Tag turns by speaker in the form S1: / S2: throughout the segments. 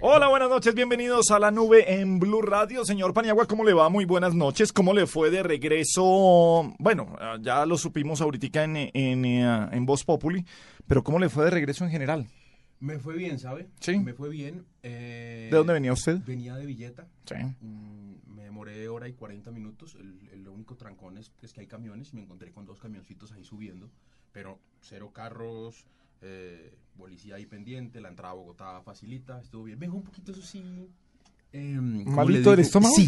S1: Hola, buenas noches, bienvenidos a la nube en Blue Radio. Señor Paniagua, ¿cómo le va? Muy buenas noches. ¿Cómo le fue de regreso? Bueno, ah, ya lo supimos ahorita en, en, eh, en Voz Populi, pero ¿cómo le fue de regreso en general?
S2: Me fue bien, ¿sabe?
S1: Sí.
S2: Me fue bien. eh,
S1: ¿De dónde venía usted?
S2: Venía de Villeta.
S1: Sí.
S2: Mm, Me demoré hora y 40 minutos. El, el único trancón es, es que hay camiones y me encontré con dos camioncitos ahí subiendo. Pero cero carros, eh, policía ahí pendiente, la entrada a Bogotá facilita, estuvo bien. Vengo un poquito, eso sí. em, ¿cómo le
S1: ¿Malito del
S2: digo?
S1: estómago?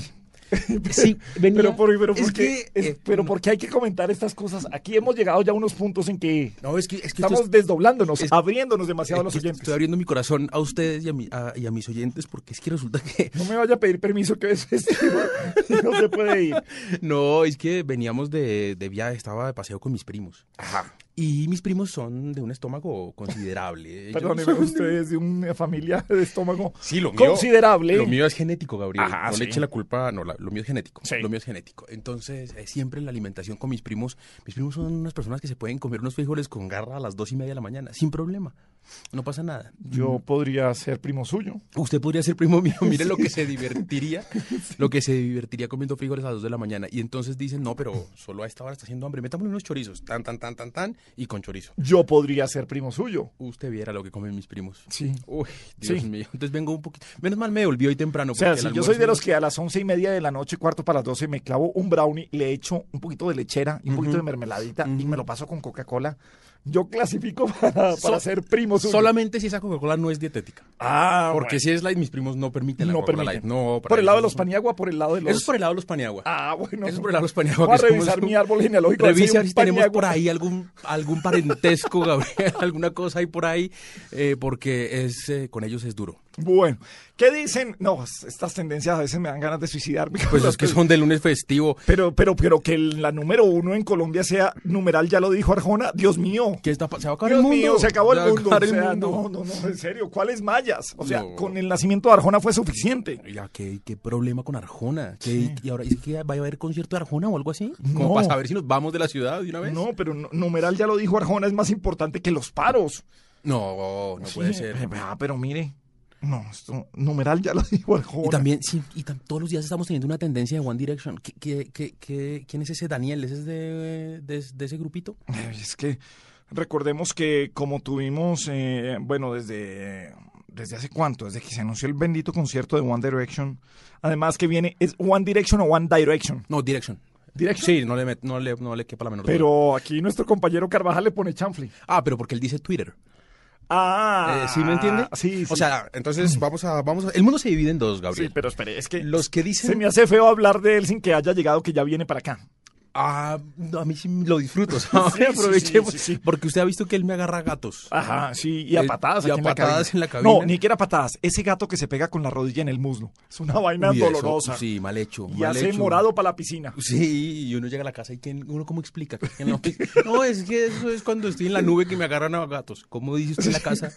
S2: Sí.
S3: Sí, venía.
S1: Pero, por, pero,
S3: Es
S1: ¿por qué?
S3: que,
S1: Es-
S3: eh,
S1: pero
S3: no,
S1: ¿por qué hay que comentar estas cosas? Aquí hemos llegado ya a unos puntos en que
S2: No, es que, es que
S1: estamos
S2: esto es-
S1: desdoblándonos,
S2: es-
S1: abriéndonos demasiado a los
S2: es que
S1: oyentes.
S2: Estoy abriendo mi corazón a ustedes y a, mi- a- y a mis oyentes porque es que resulta que
S1: No me vaya a pedir permiso que es festivo y no se puede ir.
S2: No, es que veníamos de, de viaje, estaba de paseo con mis primos.
S1: Ajá.
S2: Y mis primos son de un estómago considerable. Ellos
S1: Perdóneme,
S2: son-
S1: ustedes de una familia de estómago
S2: Sí, lo mío.
S1: considerable.
S2: Lo mío es genético, Gabriel.
S1: Ajá,
S2: no
S1: sí.
S2: le eche la culpa, no, la- lo mío es genético.
S1: Sí.
S2: Lo mío es genético. Entonces, eh, siempre la alimentación con mis primos. Mis primos son unas personas que se pueden comer unos frijoles con garra a las dos y media de la mañana, sin problema. No pasa nada.
S1: Yo podría ser primo suyo.
S2: Usted podría ser primo mío, mire lo que se divertiría, lo que se divertiría comiendo frijoles a las 2 de la mañana. Y entonces dicen, no, pero solo a esta hora está haciendo hambre, metámosle unos chorizos, tan, tan, tan, tan, tan, y con chorizo.
S1: yo podría ser primo suyo.
S2: Usted viera lo que comen mis primos.
S1: Sí.
S2: Uy, Dios
S1: Sí.
S2: mío. Entonces vengo un poquito. Menos mal me volví hoy temprano.
S1: O sea,
S2: porque el
S1: si yo soy de los
S2: almuerzo-
S1: que a las once y media de la noche, cuarto para las doce, me clavo un brownie, le echo un poquito de lechera y un poquito de mermeladita y me lo paso con Coca-Cola, yo clasifico para, para
S2: So-
S1: ser primo suyo.
S2: Solamente si esa Coca-Cola no es dietética.
S1: Ah,
S2: Porque
S1: bueno.
S2: si es light, mis primos no permiten la
S1: no
S2: Coca-Cola
S1: permite.
S2: light. No, para
S1: por el
S2: ellos
S1: lado de
S2: eso
S1: los
S2: es-
S1: paniagua, por el lado de los.
S2: Eso es por el lado de los paniagua.
S1: Ah, bueno.
S2: Eso es por el lado de los Paniagua,
S1: Voy a
S2: que es como
S1: revisar
S2: un-
S1: mi árbol genealógico. ver si hay
S2: Revise a
S1: un
S2: ver si tenemos
S1: Paniagua.
S2: por ahí algún, algún parentesco, Gabriel, alguna cosa ahí por ahí, eh, porque es eh, con ellos es duro.
S1: Bueno, ¿qué dicen? No, estas tendencias a veces me dan ganas de suicidarme.
S2: Pues es que son de lunes festivo.
S1: Pero, pero, pero que el- la número uno en Colombia sea numeral, ya lo dijo Arjona, Dios mío.
S2: ¿Qué está, pa- se va a acabar
S1: Dios
S2: el mundo.
S1: mío, se acabó el
S2: va a
S1: mundo.
S2: acabar
S1: o
S2: el
S1: sea,
S2: mundo.
S1: No, no, no, en serio, ¿cuáles mallas? O sea,
S2: No.
S1: con el nacimiento de Arjona fue suficiente.
S2: Oiga, ¿qué, qué problema con Arjona. ¿Qué- ¿Y ahora es que va a haber concierto de Arjona o algo así? Como
S1: No.
S2: para saber si nos vamos de la ciudad de una vez.
S1: No, pero no- numeral ya lo dijo Arjona, es más importante que los paros.
S2: no, no puede
S1: Sí,
S2: ser.
S1: eh, Ah, pero mire. No, esto, numeral ya lo dijo Arjona.
S2: Y también, sí, y tam- todos los días estamos teniendo una tendencia de One Direction. ¿Qué, qué- qué- qué- quién es ese Daniel? ¿Ese es de, de- de ese grupito?
S1: Ay, Es que recordemos que como tuvimos, eh, bueno, desde, desde hace cuánto, desde que se anunció el bendito concierto de One Direction, además que viene, ¿es One Direction o One Direction?
S2: No, Direction.
S1: Direction.
S2: Sí, no le, met- no le, no le quepa la menor duda.
S1: Pero aquí nuestro compañero Carvajal le pone chanfle.
S2: Ah, pero porque él dice Twitter.
S1: Ah,
S2: Eh, ¿Sí me entiende?
S1: Sí, sí.
S2: O sea, entonces vamos a, vamos a- El mundo se divide en dos,
S1: sí,
S2: Gabriel.
S1: pero espere, es que
S2: Los que dicen...
S1: se me hace feo hablar de él sin que haya llegado, que ya viene para acá.
S2: Ah, no, a mí sí lo disfruto. ¿sabes?
S1: Sí, sí,
S2: Aprovechemos.
S1: sí, Ah, sí, sí.
S2: Porque usted ha visto que él me agarra gatos.
S1: Ajá, sí, y a
S2: Eh,
S1: patadas.
S2: y a
S1: aquí
S2: patadas
S1: en la, cabina.
S2: en la
S1: No,
S2: cabina.
S1: ni que era patadas. Ese gato que se pega con la rodilla en el muslo. Es una vaina
S2: Uy, eso,
S1: dolorosa.
S2: sí, mal hecho.
S1: y
S2: mal
S1: hace
S2: hecho.
S1: morado para la piscina.
S2: Sí, y uno llega a la casa y ¿quién- uno cómo explica. que en la ofi- no, es que eso es cuando estoy en la nube que me agarran a gatos. ¿Cómo dice usted en la casa?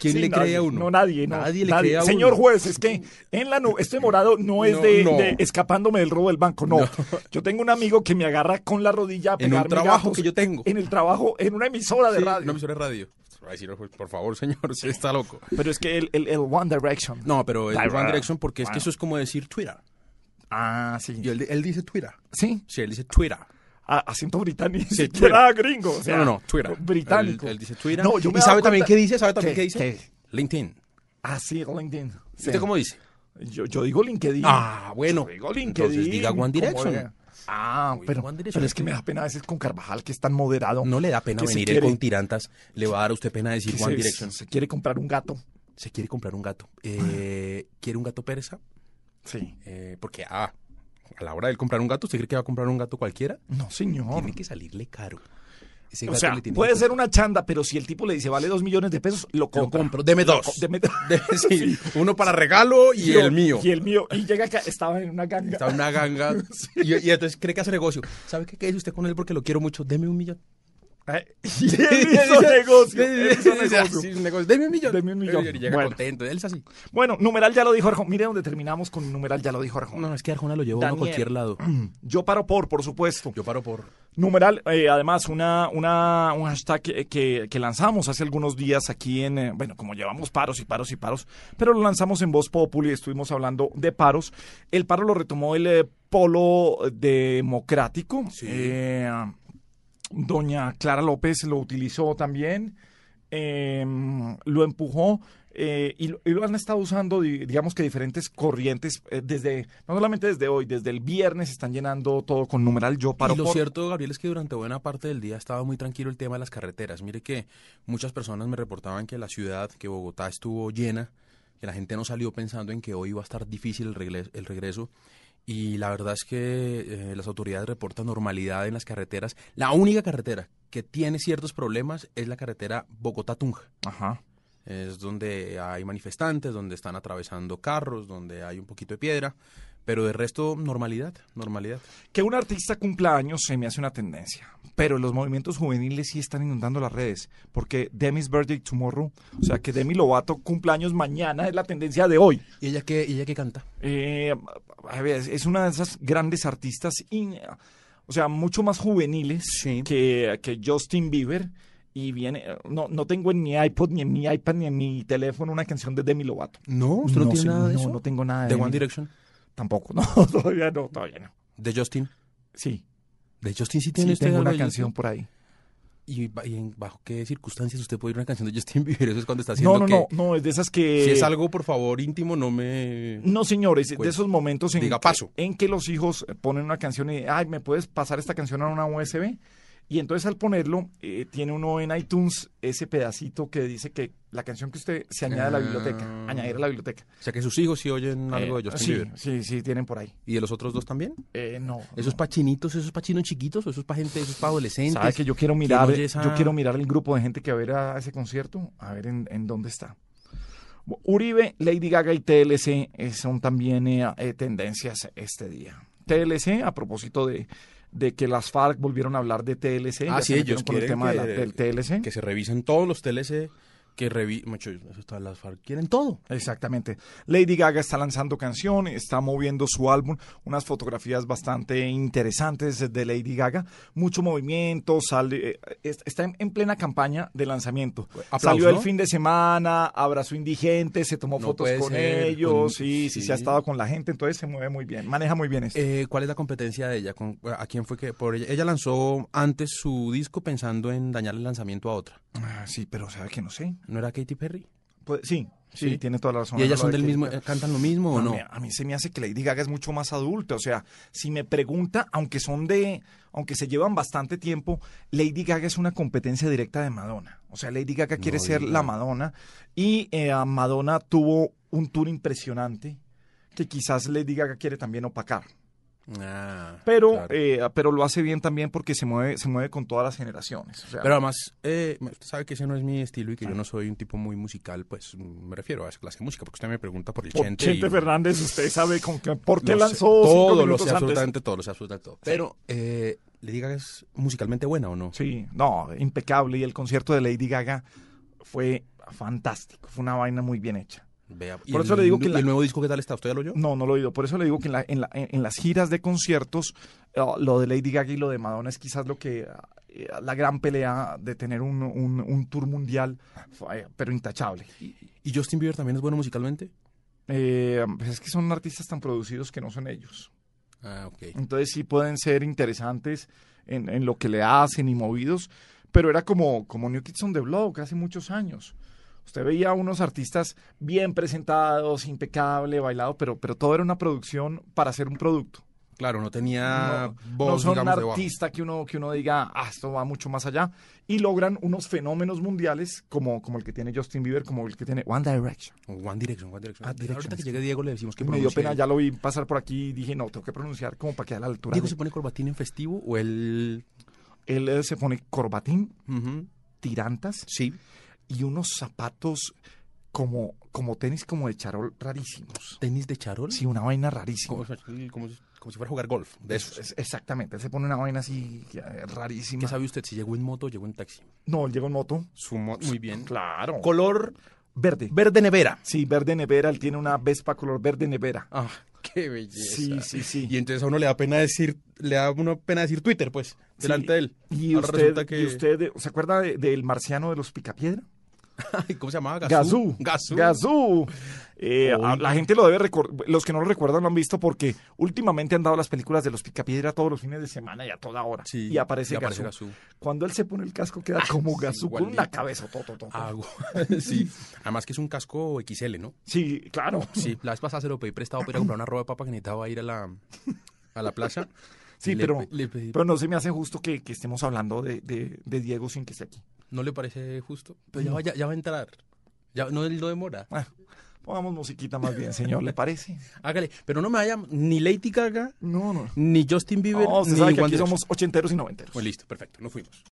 S2: ¿Quién
S1: Sí,
S2: le cree
S1: nadie.
S2: a uno?
S1: No, nadie, no.
S2: Nadie le
S1: nadie.
S2: cree a uno.
S1: Señor juez, es que en la nube, este morado no es
S2: No,
S1: de,
S2: no.
S1: de escapándome del robo del banco, no. Yo tengo un amigo que me agarra con la rodilla a
S2: En un
S1: pegarme
S2: trabajo
S1: gatos
S2: que yo tengo.
S1: En el trabajo, en una emisora de
S2: Sí,
S1: radio.
S2: una emisora de radio. Va a decir, "Ojo, por favor, señor, si está loco.
S1: Pero es que el, el, el One Direction.
S2: No, pero es
S1: Claro.
S2: One Direction porque es que
S1: Bueno.
S2: eso es como decir Twitter.
S1: Ah, sí.
S2: Y él, él dice Twitter.
S1: Sí,
S2: Sí, él dice Twitter.
S1: a- acento británico, ni
S2: Sí,
S1: siquiera gringo. o sea,
S2: no, no, no, Twitter.
S1: Británico.
S2: Él, él dice Twitter.
S1: No, yo me he
S2: ¿Y sabe
S1: dado
S2: también
S1: cuenta-
S2: qué dice? ¿Sabe también
S1: ¿Qué?
S2: qué, dice?
S1: ¿Qué?
S2: LinkedIn.
S1: Ah, sí, LinkedIn. Sí.
S2: ¿Usted cómo dice?
S1: Yo, yo digo LinkedIn.
S2: Ah, bueno.
S1: Yo digo LinkedIn.
S2: Entonces diga One
S1: ¿cómo
S2: Direction.
S1: era? Ah,
S2: Diga
S1: pero,
S2: One Direction.
S1: pero es que me da pena a veces con Carvajal, que es tan moderado.
S2: No le da pena
S1: que se
S2: venir él
S1: quiere-
S2: con tirantas. Le va a dar a usted pena decir
S1: que se,
S2: One Direction.
S1: se quiere comprar un gato.
S2: Se quiere comprar un gato. Eh, ¿Quiere un gato persa?
S1: Sí.
S2: Eh, porque, ah, a la hora de él comprar un gato, ¿usted cree que va a comprar un gato cualquiera?
S1: No, señor.
S2: Tiene que salirle caro. Ese
S1: O
S2: gato
S1: sea,
S2: le tiene
S1: puede
S2: que-
S1: ser una chanda, pero si el tipo le dice vale dos millones de pesos, lo
S2: Lo
S1: compra.
S2: compro. Deme dos.
S1: Deme-
S2: Deme- sí, Uno para regalo y el mío.
S1: Y el mío. Y llega acá, estaba en una ganga.
S2: Está una ganga. Y, y entonces cree que hace negocio. ¿Sabe qué? ¿Qué dice usted con él? Porque lo quiero mucho. Deme un millón.
S1: Eh, Y él hizo negocio. él hizo negocio.
S2: Sí, un negocio. Deme un millón.
S1: Deme un millón.
S2: Y llega
S1: Bueno.
S2: contento. Él es así.
S1: Bueno, numeral ya lo dijo Arjona. Mire dónde terminamos con numeral ya lo dijo Arjona.
S2: No, es que Arjona lo lleva
S1: uno a
S2: a
S1: cualquier
S2: cualquier lado.
S1: Yo paro por, por supuesto.
S2: Yo paro por.
S1: Numeral, eh, además, una, una, un hashtag que, que- que lanzamos hace algunos días aquí en, eh, bueno, como llevamos paros y paros y paros, pero lo lanzamos en Voz Populi, estuvimos hablando de paros. El paro lo retomó el eh, polo democrático. Eh, doña Clara López lo utilizó también, eh, lo empujó. eh, y, lo- y lo han estado usando, di- digamos que diferentes corrientes, eh, desde, no solamente desde hoy, desde el viernes están llenando todo con numeral yo paro
S2: y lo
S1: por.
S2: cierto, Gabriel, es que durante buena parte del día estaba muy tranquilo el tema de las carreteras. Mire que muchas personas me reportaban que la ciudad, que Bogotá estuvo llena, que la gente no salió pensando en que hoy iba a estar difícil el, regle- el regreso. Y la verdad es que eh, las autoridades reportan normalidad en las carreteras. La única carretera que tiene ciertos problemas es la carretera Bogotá-Tunja.
S1: Ajá.
S2: Es donde hay manifestantes, donde están atravesando carros, donde hay un poquito de piedra. Pero de resto, normalidad, normalidad.
S1: Que un artista cumpla años se me hace una tendencia. Pero los movimientos juveniles sí están inundando las redes. Porque Demi's Birthday Tomorrow, o sea, que Demi Lovato cumpleaños mañana es la tendencia de hoy.
S2: ¿Y ella qué, y ella qué canta?
S1: Eh, a ver, es- es una de esas grandes artistas, in- o sea, mucho más juveniles
S2: Sí.
S1: que, que Justin Bieber. Y viene, no, no tengo en mi iPod, ni en mi iPad, ni en mi teléfono una canción de Demi Lovato.
S2: No, usted no, tiene
S1: sé,
S2: nada de
S1: no,
S2: eso.
S1: no tengo nada de
S2: de One
S1: Demi.
S2: Direction,
S1: Tampoco, no, todavía no, todavía no.
S2: de Justin.
S1: Sí,
S2: De Justin sí tiene
S1: sí
S2: usted
S1: tengo
S2: algo
S1: una
S2: de
S1: canción
S2: Justin?
S1: por ahí.
S2: ¿Y, ba- y en- bajo qué circunstancias usted puede ir a una canción de Justin Bieber? Eso es cuando está haciendo
S1: No, no,
S2: que...
S1: no, no, es de esas que...
S2: Si es algo, por favor, íntimo, no me...
S1: Eh, No, señores, de
S2: Cuente.
S1: esos momentos en,
S2: Diga,
S1: que-
S2: paso.
S1: en que los hijos ponen una canción y, ay, ¿me puedes pasar esta canción a una USB? Y entonces al ponerlo, eh, tiene uno en iTunes ese pedacito que dice que la canción que usted se añade a la biblioteca,
S2: Ah.
S1: añadir a la biblioteca.
S2: O sea, que sus hijos sí oyen algo
S1: Eh,
S2: de Justin
S1: sí,
S2: Bieber.
S1: sí, sí, tienen por ahí.
S2: ¿Y de los otros dos también?
S1: Eh, no.
S2: ¿Esos
S1: no.
S2: pachinitos, esos pachinos chiquitos? ¿O esos para gente, esos para adolescentes?
S1: ¿Sabe que yo quiero
S2: ¿Quién
S1: mirar,
S2: oye esa-
S1: yo quiero mirar el grupo de gente que va a ver a ese concierto, a ver en, en dónde está. Uribe, Lady Gaga y TLC eh, son también eh, eh, tendencias este día. TLC, a propósito de, de que las FARC volvieron a hablar de TLC,
S2: Ah,
S1: ya
S2: sí,
S1: se metieron
S2: ellos
S1: con el
S2: quieren
S1: tema de la-
S2: que-
S1: del TLC.
S2: Que se revisen todos los TLC, que revisen... Macho, eso está las FARC. Quieren todo.
S1: Exactamente. Lady Gaga está lanzando canción, está moviendo su álbum, unas fotografías bastante interesantes de Lady Gaga, mucho movimiento, sale, eh, es- está en, en plena campaña de lanzamiento.
S2: Aplausos,
S1: Salió el
S2: ¿no?
S1: fin de semana, abrazó indigentes, se tomó
S2: No
S1: fotos
S2: puede
S1: con
S2: ser, con-
S1: ellos, sí, sí,
S2: sí.
S1: se ha estado con la gente, entonces se mueve muy bien, maneja muy bien esto.
S2: Eh, ¿Cuál es la competencia de ella? ¿Con- ¿A quién fue que por ella? Ella lanzó antes su disco pensando en dañar el lanzamiento a otra.
S1: Ah, sí, pero sabe que no sé.
S2: ¿No era Katy Perry?
S1: Puede- sí, sí,
S2: Sí.
S1: tiene toda la razón.
S2: ¿Y ellas
S1: Lo
S2: son
S1: de
S2: del
S1: Katy
S2: mismo,
S1: Perry.
S2: eh, cantan lo mismo o
S1: A
S2: no?
S1: mí, a mí se me hace que Lady Gaga es mucho más adulta. O sea, si me pregunta, aunque son de, aunque se llevan bastante tiempo, Lady Gaga es una competencia directa de Madonna. O sea, Lady Gaga quiere ser la Madonna y eh, a Madonna tuvo un tour impresionante que quizás Lady Gaga quiere también opacar.
S2: Ah,
S1: Pero,
S2: claro.
S1: eh, pero lo hace bien también porque se mueve, se mueve con todas las generaciones. O sea,
S2: Pero además, eh, usted sabe que ese no es mi estilo y que yo no soy un tipo muy musical, pues mm, me refiero a esa clase de música, porque usted me pregunta por el
S1: por
S2: Chente. y-
S1: Chente Fernández, usted sabe con qué, por qué
S2: lo sé,
S1: lanzó cinco
S2: todo, lo
S1: minutos
S2: sé,
S1: antes.
S2: absolutamente todo, lo sé, absolutamente todo. Pero, eh, ¿le diga que es musicalmente buena o no?
S1: Sí, no, impecable. Y el concierto de Lady Gaga fue fantástico. Fue una vaina muy bien hecha.
S2: Vea, ¿y
S1: Por eso
S2: el-
S1: le digo que
S2: ¿y
S1: la-
S2: el nuevo disco qué tal está? ¿Usted ya lo oyó?
S1: No, no lo he oído. Por eso le digo que en, la- en la- en- en las giras de conciertos, eh, lo de Lady Gaga y lo de Madonna es quizás lo que eh, la gran pelea de tener un, un- un tour mundial, fue, pero intachable.
S2: ¿Y Justin Bieber también es bueno musicalmente?
S1: Eh, pues es que son artistas tan producidos que no son ellos.
S2: Ah, ok.
S1: Entonces sí pueden ser interesantes en, en lo que le hacen y movidos, pero era como, como New Kids on the Block hace muchos años. Usted veía unos artistas bien presentados, impecable, bailado, pero, pero todo era una producción para hacer un producto.
S2: Claro, no tenía
S1: No,
S2: voz,
S1: no son un
S2: Ah, digamos, de bajo.
S1: artista que uno, que uno diga, ah, esto va mucho más allá, y logran unos fenómenos mundiales como, como el que tiene Justin Bieber, como el que tiene One Direction.
S2: One Direction, One Direction.
S1: Ah,
S2: Ahorita
S1: Direction.
S2: que llegue Diego le decimos que
S1: me dio
S2: pronuncie
S1: pena,
S2: él.
S1: ya lo vi pasar por aquí y dije, no, tengo que pronunciar como para que a la altura.
S2: ¿Diego
S1: de-
S2: se pone corbatín en festivo o él
S1: él eh, se pone corbatín,
S2: Ujú.
S1: tirantas
S2: Sí.
S1: y unos zapatos como, como tenis como de charol rarísimos.
S2: ¿Tenis de charol?
S1: Sí, una vaina rarísima.
S2: Como, como- como si fuera a jugar golf. De esos.
S1: Es- exactamente, él se pone una vaena así eh, rarísima.
S2: ¿Qué sabe usted? Si llegó en moto, o llegó en taxi.
S1: No, él llegó en moto.
S2: Su moto. Muy bien.
S1: Claro.
S2: Color
S1: verde.
S2: verde nevera.
S1: Sí, verde nevera. Él tiene una Vespa color verde nevera.
S2: Ah, qué belleza.
S1: Sí, sí, sí.
S2: Y entonces a uno le da pena decir, le da uno pena decir Twitter, pues, delante de él.
S1: Y
S2: Ahora
S1: usted,
S2: resulta que
S1: y usted, eh, ¿se acuerda de- del marciano de los Picapiedra?
S2: Ay, ¿cómo se llamaba?
S1: Gazú.
S2: Gazú.
S1: Gazú. Eh,
S2: Uy.
S1: a- la gente lo debe recordar, los que no lo recuerdan lo han visto porque últimamente han dado las películas de los Picapiedra todos los fines de semana y a toda hora.
S2: Sí,
S1: y aparece,
S2: y aparece
S1: Gazú.
S2: Gazú. Ah,
S1: Cuando él se pone el casco queda como Gazú con
S2: igualito. Ah.
S1: una cabeza. to, to, to, to.
S2: Agua. sí. Además que es un casco XL, ¿no?
S1: Sí, claro.
S2: Sí, la vez pasada se lo pedí prestado para ir a comprar una ropa de papa que necesitaba ir a la, a la plaza.
S1: Sí,
S2: Le
S1: pero,
S2: pe- le pedí-
S1: pero no se me hace justo que, que estemos hablando de, de- de Diego sin que esté aquí.
S2: ¿No le parece justo? Pero ya, va, ya, ya va a entrar. Ya, no, él no demora.
S1: Bueno, pongamos musiquita más bien, señor, ¿le parece?
S2: Hágale. Pero no me vaya ni Lady Gaga,
S1: No, no.
S2: ni Justin Bieber,
S1: No, usted
S2: ni
S1: sabe que
S2: One
S1: aquí
S2: Direction.
S1: somos ochenteros y noventeros.
S2: Bueno, listo, perfecto. Nos fuimos.